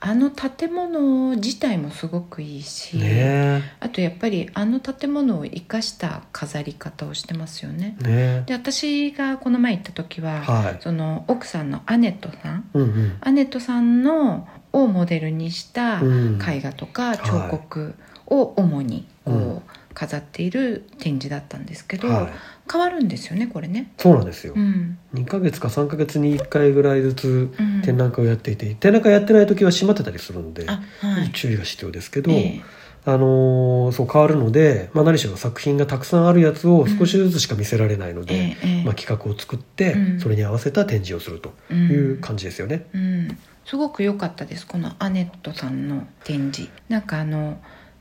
あの建物自体もすごくいいし、ねあとやっぱりあの建物を生かした飾り方をしてますよね。えねで私がこの前行った時は、えはいその奥さんのアネットさんうんうんアネットさんのをモデルにしたうん絵画とか彫刻を主にこう飾っている展示だったんですけど、はい、変わるんですよねこれね。そうなんですよ、うん2ヶ月か3ヶ月に1回ぐらいずつうん展覧会をやっていて、展覧会やってない時は閉まってたりするんで、あはい注意が必要ですけど、ええあのーそう変わるので、まあ、何しろ作品がたくさんあるやつを少しずつしか見せられないのえで、えええまあ、企画を作って、うんそれに合わせた展示をするとうんいう感じですよね。うん、すごく良かったですこのアネットさんの展示なんかあの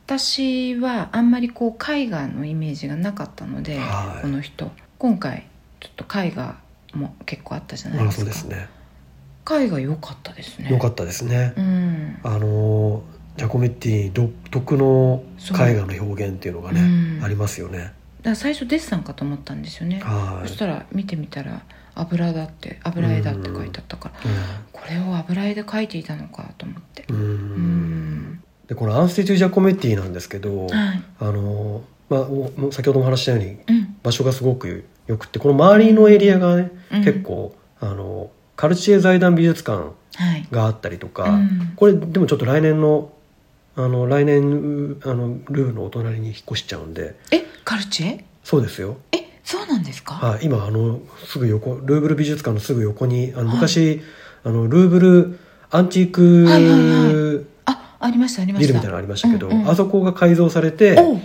私はあんまりこう絵画のイメージがなかったので、はいこの人今回ちょっと絵画も結構あったじゃないまであすそかうですね。絵画良かったですね良かっったですね。たうん、あのージャコメッティ独特の絵画の表現っていうのがね、うんありますよね。だから最初デッサンかと思ったんですよねはそいし。たら見てみたら油だって油絵だって書いてあったからこれを油絵で描いていたのかと思ってうんううんんでこのアンスティテュージャコメティなんですけど、はいあのーまあおもう先ほども話したようにうん場所がすごく良くてこの周りのエリアがね、うん結構あのカルチエ財団美術館はいがあったりとか、うんこれでもちょっと来年のあの来年うあのルーのお隣に引っ越しちゃうんでえカルチェそうですよ、えそうなんですかはい、今あのすぐ横ルーブル美術館のすぐ横にあのはい昔、あのルーブルアンティーク、はいはいあありましたありまビしルみたたいなのありましたけど、うんうんあそこが改造されおてう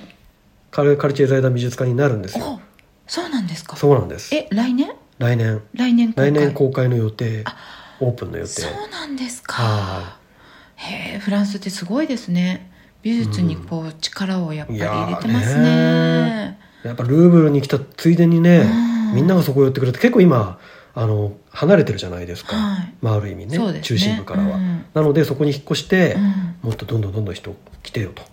カルカルチエ財団美術館になるんですよおうそうなんですかそうなんですえ来年来年来年公開来年公開の予定オープンの予定そうなんですはかへえフランスってすごいですね美術にこう力をやっぱり入れてますいやねやっぱルーブルに来たついでにねうんみんながそこ寄ってくれて結構今あの離れてるじゃないですか、はいまあ、ある意味ねそうですね中心部からは、うんなのでそこに引っ越してう、んもっとどんどんどんどん人来てよと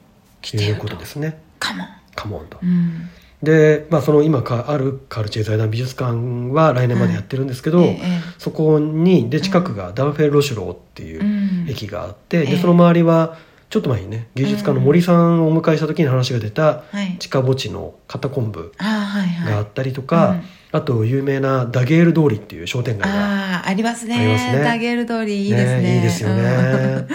来ていようとことですねカモンカモンと、うんで、まあ、その今かあるカルチェ財団美術館は来年までやってるんですけど、えええそこにで近くがダンフェル・ロシュローっていえう、うん駅があって、えでえその周りはちょっと前にね芸術家の森さんをお迎えした時に話が出たはい地下墓地の片昆布あーはいはいがあったりとか、はいうんあと有名なダゲール通りっていう商店街が、ああありますねありますねダゲール通りいいですねいいですよね、うん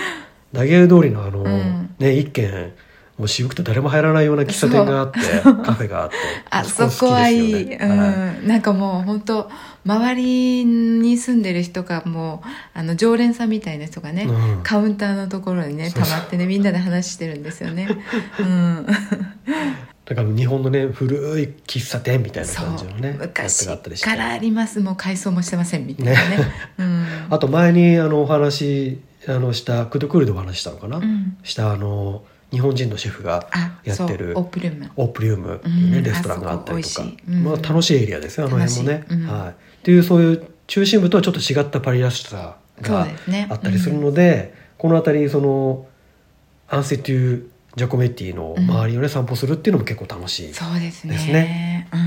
ダゲール通りのあの、うんね一軒もう渋くて誰も入らないような喫茶店があってカフェがあって [LAUGHS] あそこはいい、好きですうよねはいん、なんかもう本当周りに住んでる人がもうあの常連さんみたいな人がね、うんカウンターのところにねそうたそうまってねみんなで話してるんですよね、うん、だから日本のね古い喫茶店みたいなそ感じのうねやつ昔があったりしてからありますもう改装もしてませんみたいなねねうん、あと前にあのお話あのしたクドゥクールでお話したのかな、うんしたあの日本人のシェフがあやってるそうオープルームオープリウムっていうね、うんレストランがあったりとかあそこ美味しいうんまあ、楽しいエリアですよあの辺もね、楽しいうんはい、っていうそういう中心部とはちょっと違ったパリらしさそうがですねあったりするので、この辺りそのアンセテュ・ジャコメッティの周りをね、散歩するっていうのも結構楽しい、そうですねですねうん、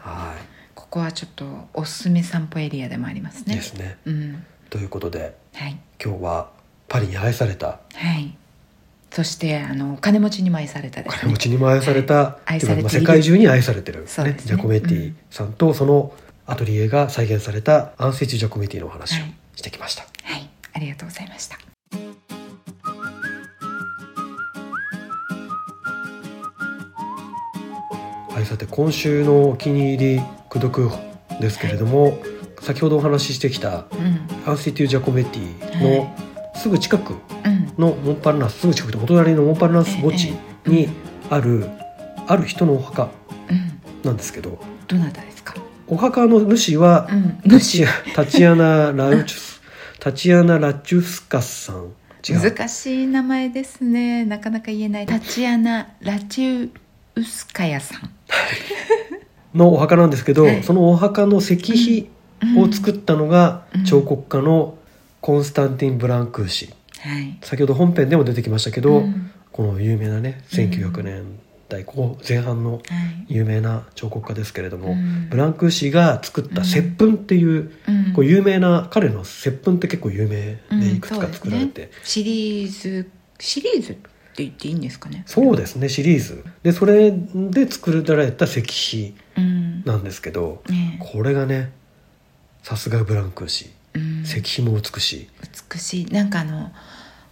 はここはちょっとおすすめ散歩エリアでもありますいねですね。うん、ということではい今日はパリに愛されたはい。そしてあのお金持ちにも愛されたでおす金ね持。ちにも愛された、愛っていされていうかるまあ世界中に愛されてる、ねそうですねジャコメッティさんとそのアトリエが再現されたアンセイチジャコメッティのお話をはいしてきました、はい、ありがとうございました。はい、さて今週のお気に入り「クドクですけれども、先ほどお話ししてきたうん、アンセイチジャコメッティのはすぐ近くうん、のモンパルナスすぐ近くでお隣のモンパルナス墓地ええにあるある人のお墓うん、なんですけどどなたですかお墓の主はうんタチタチアナ・ラウチュスタチアナ・ラチュスカスさん違う難しい名前ですねなかなか言えないタチアナ・ラチウスカヤさんのお墓なんですけど、はいそのお墓の石碑を作ったのがうん彫刻家のコンスタンティン・ブランクー氏はい先ほど本編でも出てきましたけど、うんこの有名なねうん1900年代後前半のはい有名な彫刻家ですけれども、うんブランクー氏が作った接吻っていう,、うんこう有名な彼の接吻って結構有名うんでいくつか作られそて、うですねシリーズシリーズって言っていいんですかねそうですねシリーズでそれで作られた石碑うんなんですけどねこれがねさすがブランクー氏えうん石碑も美し美しいなんかあの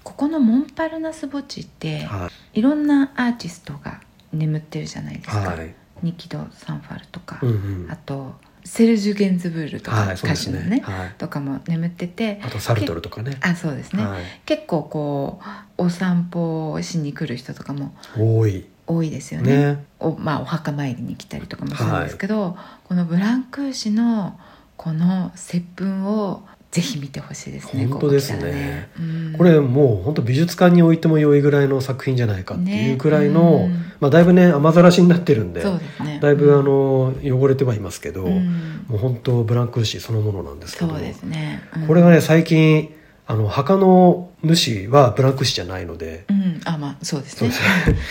ここのモンパルナス墓地って、、い、はいろんなアーティストが眠ってるじゃないですいか、はいニキド・サンファルとか、うんうんあとセルジュ・ゲンズブールとか、はいそうで歌手すのねね、はい、とかも眠っててあとサルトルとかねあそうですね、はい、結構こうお散歩をしに来る人とかも多い多いですよねねお,、まあ、お墓参りに来たりとかもするんですけど、このブランクー氏のこの接吻をぜひ見てほしいですね本当ですねここ来たらうんこれもう本当美術館に置いても良いぐらいの作品じゃないかっていうくらねいの、うんまあ、だいぶね雨ざらしになってるんでそうですねだいぶあの汚れてはいますけど、うんもう本当ブランクーシーそのものなんですけそどうですね、これがねね最近あの墓の主はブランクーシーじゃないのでうんあまあそうですね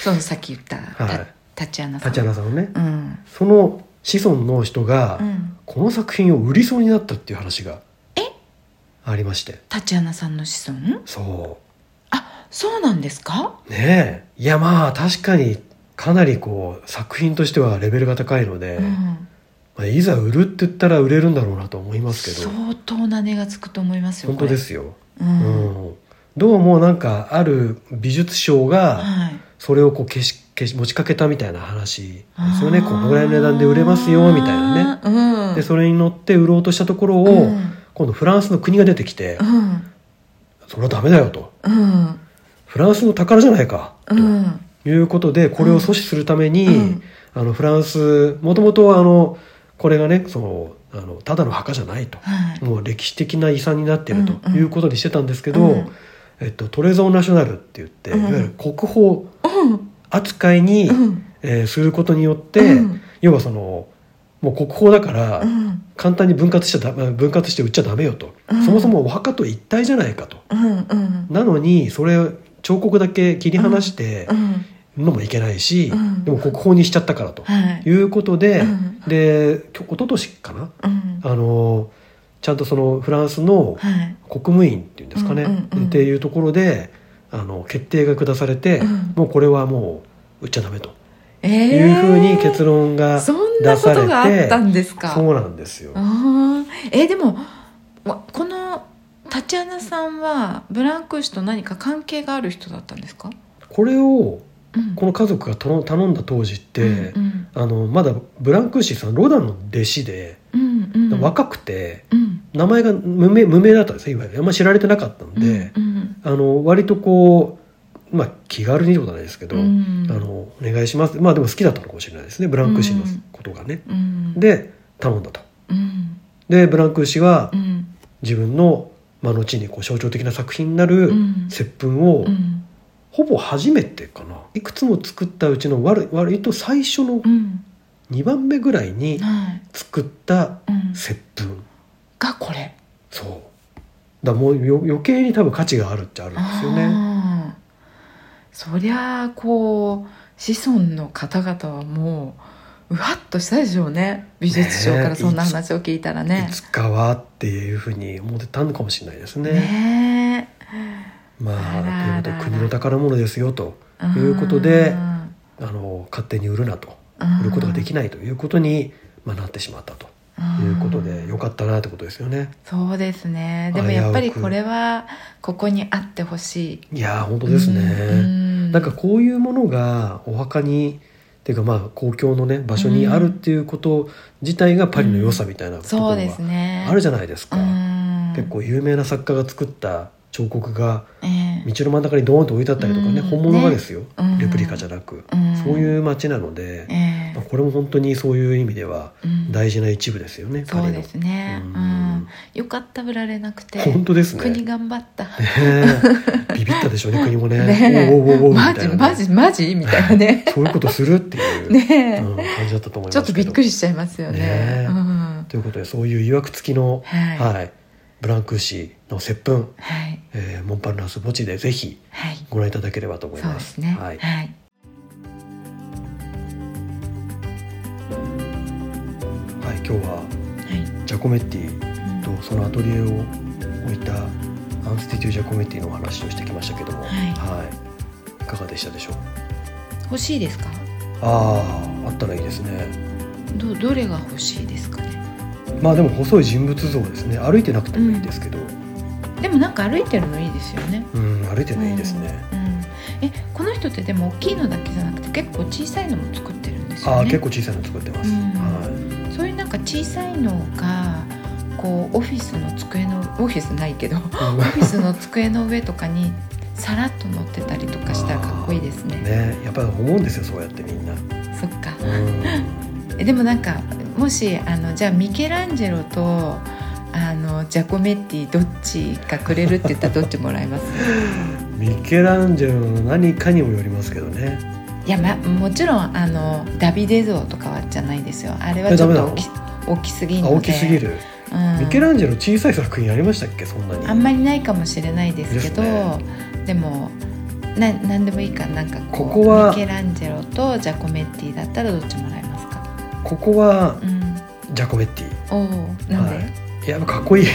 そ [LAUGHS] そうさっき言った、はいたタチアナさん立花さんはね、うん、その子孫の人が、うん、この作品を売りそうになったっていう話がありましてタチアナさんの子孫そあそうなんですかうねえいやまあ確かにかなりこう作品としてはレベルが高いので、うんまあ、いざ売るって言ったら売れるんだろうなと思いますけど相当な値がつくと思いますよ、本当ですすよ、ううんんどうもなんかある美術賞がはい、それをこう消し消し持ちかけたみたいな話ですよねあーこのぐらいの値段で売れますよみたいなね、うん、でそれに乗って売ろうとしたところを、うん今度フランスの国が出てきて、うんそれはダメだよとうんフランスの宝じゃないかと、うんいうことでこれを阻止するために、うんあのフランスもともとあのこれがねそのあのただの墓じゃないと。はいもう歴史的な遺産になっているとうんうんいうことにしてたんですけど、うんえっと、トレゾーナショナルって言って、うんいわゆる国宝うん扱いに、うんえーすることによって、うん要はそのもう国宝だからうん簡単に分割しちゃだ分割して売っちゃダメよと、うんそもそもお墓と一体じゃないかとうんうんなのにそれ彫刻だけ切り離してうんのもいけないし、うんでも国宝にしちゃったからとはいいうことで、うんできょ一昨年かなうんあのちゃんとそのフランスのはい国務院っていうんですかね、うんうんうんっていうところであの決定が下されて、うんもうこれはもう売っちゃダメとえいうふうに結論がそん出なこされて、とがあったんですかそうなんですよ、あーえーでもわこのタチアナさんはブランクー氏と何か関係がある人だったんですか、これをうんこの家族が頼頼んだ当時って、うんあのまだブランクーシーさんロダンの弟子で、うんうんうん、若くてうん名前が無名無名だったんですねいわゆるあんま知られてなかったんうんで、うんあの割とこうまあ気軽にってことはないですけど、うんあのお願いしますまあでも好きだったのかもしれないですねブランクー氏のうんことがね、うん、で頼んだとうんでブランクー氏はうん自分の、まあ、後にこう象徴的な作品になうるん接吻を、うんほぼ初めてかないくつも作ったうちの割割と最初のうん2番目ぐらいにはい作ったうん接吻がこれそうだからもうよ余計に多分価値があるっちゃあるんですよねあーそりゃあこう子孫の方々はもううわっとしたでしょうね美術賞からそんな話を聞いたらねいつかはっていうふうに思ってたのかもしれないですねねまああらあらということで国の宝物ですよとえんということであの勝手に売るなと売ることができないということに、まあ、なってしまったとうんいうことでよかったなってことですよねそうですねでもやっぱり危うくこれはここにあってほしいいやー本当ですね、うんなんかこういうものがお墓にっていうかまあ公共のね場所にあるっていうこと自体がパリの良さみたいなとこそうろですがねあるじじゃないですか、うん結構有名な作家が作った彫刻がええ道の真ん中にドーンと置いてあったりとかね、うん本物がですよ、うんレプリカじゃなく、うんそういう街なので、ええまあこれも本当にそういう意味ではうん大事な一部ですよね、パそリうのですね、ううんんよかった売られなくて本当ですね国頑張った、ねえビビったでしょうね国もね [LAUGHS] ねえおうおうおうおうみたマいなジねマジマジみたいなねそういうことするっていう、ねえ、うん、感じだったと思いますけどちょっとびっくりしちゃいますよねねえうん、ということでそういう曰く付きの、はいはいはいブランクーシーの接吻、はい、えーモンパルナス墓地でぜひご覧いただければと思いそうま。ですすねはいはいはい、今日ははいジャコメッティうんとそのアトリエを置いたアンスティテュージャコメッティのお話をしてきましたけども、はいいいかがでしたでしょう欲しいですかあああったらいいですねどどれが欲しいですかねまあでも細い人物像ですね歩いてなくてもいいですけど、でもなんか歩いてるのいいですよねうん、歩いてないいですね、うんえこの人ってでも大きいのだけじゃなくて結構小さいのも作ってるんですあよあね結構小さいの作ってます、うんはそういうなんか小さいのがこうオフィスの机のオフィスないけど [LAUGHS] オいフィスの机の上とかにさらっと乗ってたりとかしたらかっこいいですねねやっぱり思うんですよそうやってみんな、うそっかん、えでもなんかもしあのじゃあミケランジェロとあのジャコメッティどっちがくれるって言ったらどっちもらいます [LAUGHS] ミケランジェロの何かにもよりますけどねいや、ま、もちろんあのダビデ像とかはじゃないですよあれはちょっと大き大きすぎるあので大きすぎ、る、うん、ミケランジェロ小さい作品ありましたっけそんなにあんまりないかもしれないですけどでですねもな何でもいいからなんかこうここはミケランジェロとジャコメッティだったらどっちもらえますかここはうんジャコメッティおおなんで、はい、いやかっこいい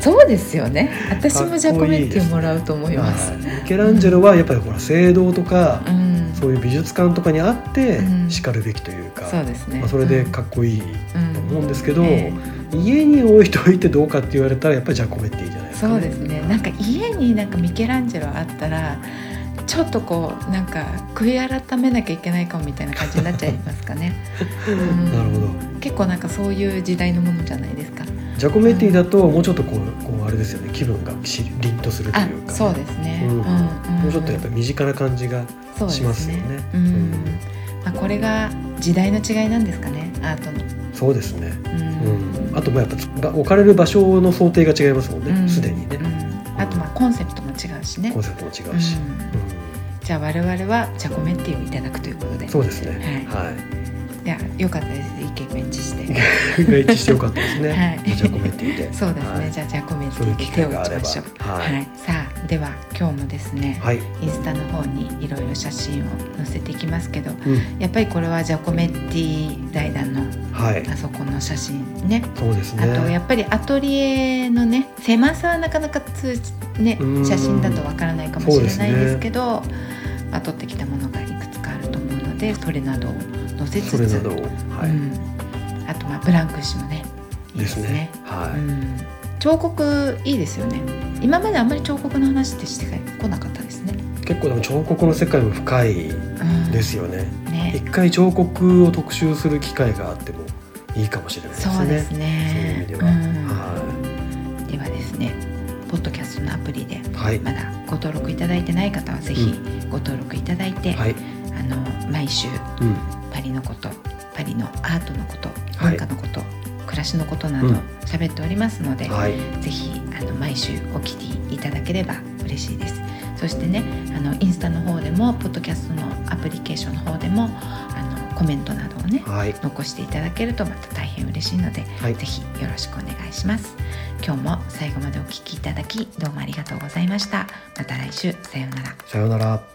そうですよね私かっこいもいジャコメッテでィすねもらうと思いますはいミケランジェロはやっぱりほら聖堂とか、うんそういう美術館とかにあってうんしかるべきというか、そうですね、まあ、それでかっこいいうんと思うんですけど、うんえ家に置いといてどうかって言われたらやっぱりジャコメッティじゃないですか、そうですねなんか家になんかミケランジェロあったらちょっとこうなんか悔い改めなきゃいけないかもみたいな感じになっちゃいますか [LAUGHS] ね、うんなるほど結構なんかそういう時代のものじゃないですかジャコメッティだともうちょっとこうこうあれですよね気分がし凛とするとあいうかそうですね、ううんんうんもうちょっとやっぱり身近な感じがそうですしますよねうんうんまあ、これが時代の違いなんですかねアートのそうですね、ううん、あとまあやっぱ置かれる場所の想定が違いますもんうねんすで、にね、うんあとまあコンセプトも違うしねコンセプトも違うし、うんうじゃあ我々はジャコメッティをいただくということでん、そうですねは [LAUGHS] はい [LAUGHS] いやよかったです意見が一致してが一致してよかったですね。はいジャコメッティで。そうですね、はいじゃあジャコメッテそういうィ機で手会をが打あちれまば。しょうは。はいい、さあでは今日もですね、はい。インスタの方にいろいろ写真を載せていきますけどうん。やっぱりこれはジャコメッティ財団のはい。あそこの写真ねそうですね。あとやっぱりアトリエのね狭さはなかなか通じねうん写真だとわからないかもしれないそうですねですけどまあ、撮ってきたものがいくつかあると思うのでそれなどを載せそつれつなどを。はうい。ん、あとまあブランク氏もねいいでですすねね。うはん、彫刻いいですよね今まであんまり彫刻の話ってしてこなかったですね、い。結構でも彫刻の世界も深いうん、ですよね。一ね回彫刻を特集する機会があってもいいかもしれないですね。そうですそういう意味ねでは。うんはではですねポッドキャストのアプリでい。はい。まだご登録いただいてない方はぜひご登録いただいて、はい。あの毎週うん。パリのことパリのアートのことは文い化のこと、暮らしのことなどうん喋っておりますので、はい。ぜひあの毎週お聞きいただければ嬉しいですそしてねあのインスタの方でもポッドキャストのアプリケーションの方でもあのコメントなどをねはい。残していただけるとまた大変嬉しいのではいぜ。ひよろしくお願いします今日も最後までお聞きいただきどうもありがとうございましたまた来週さようならさようなら。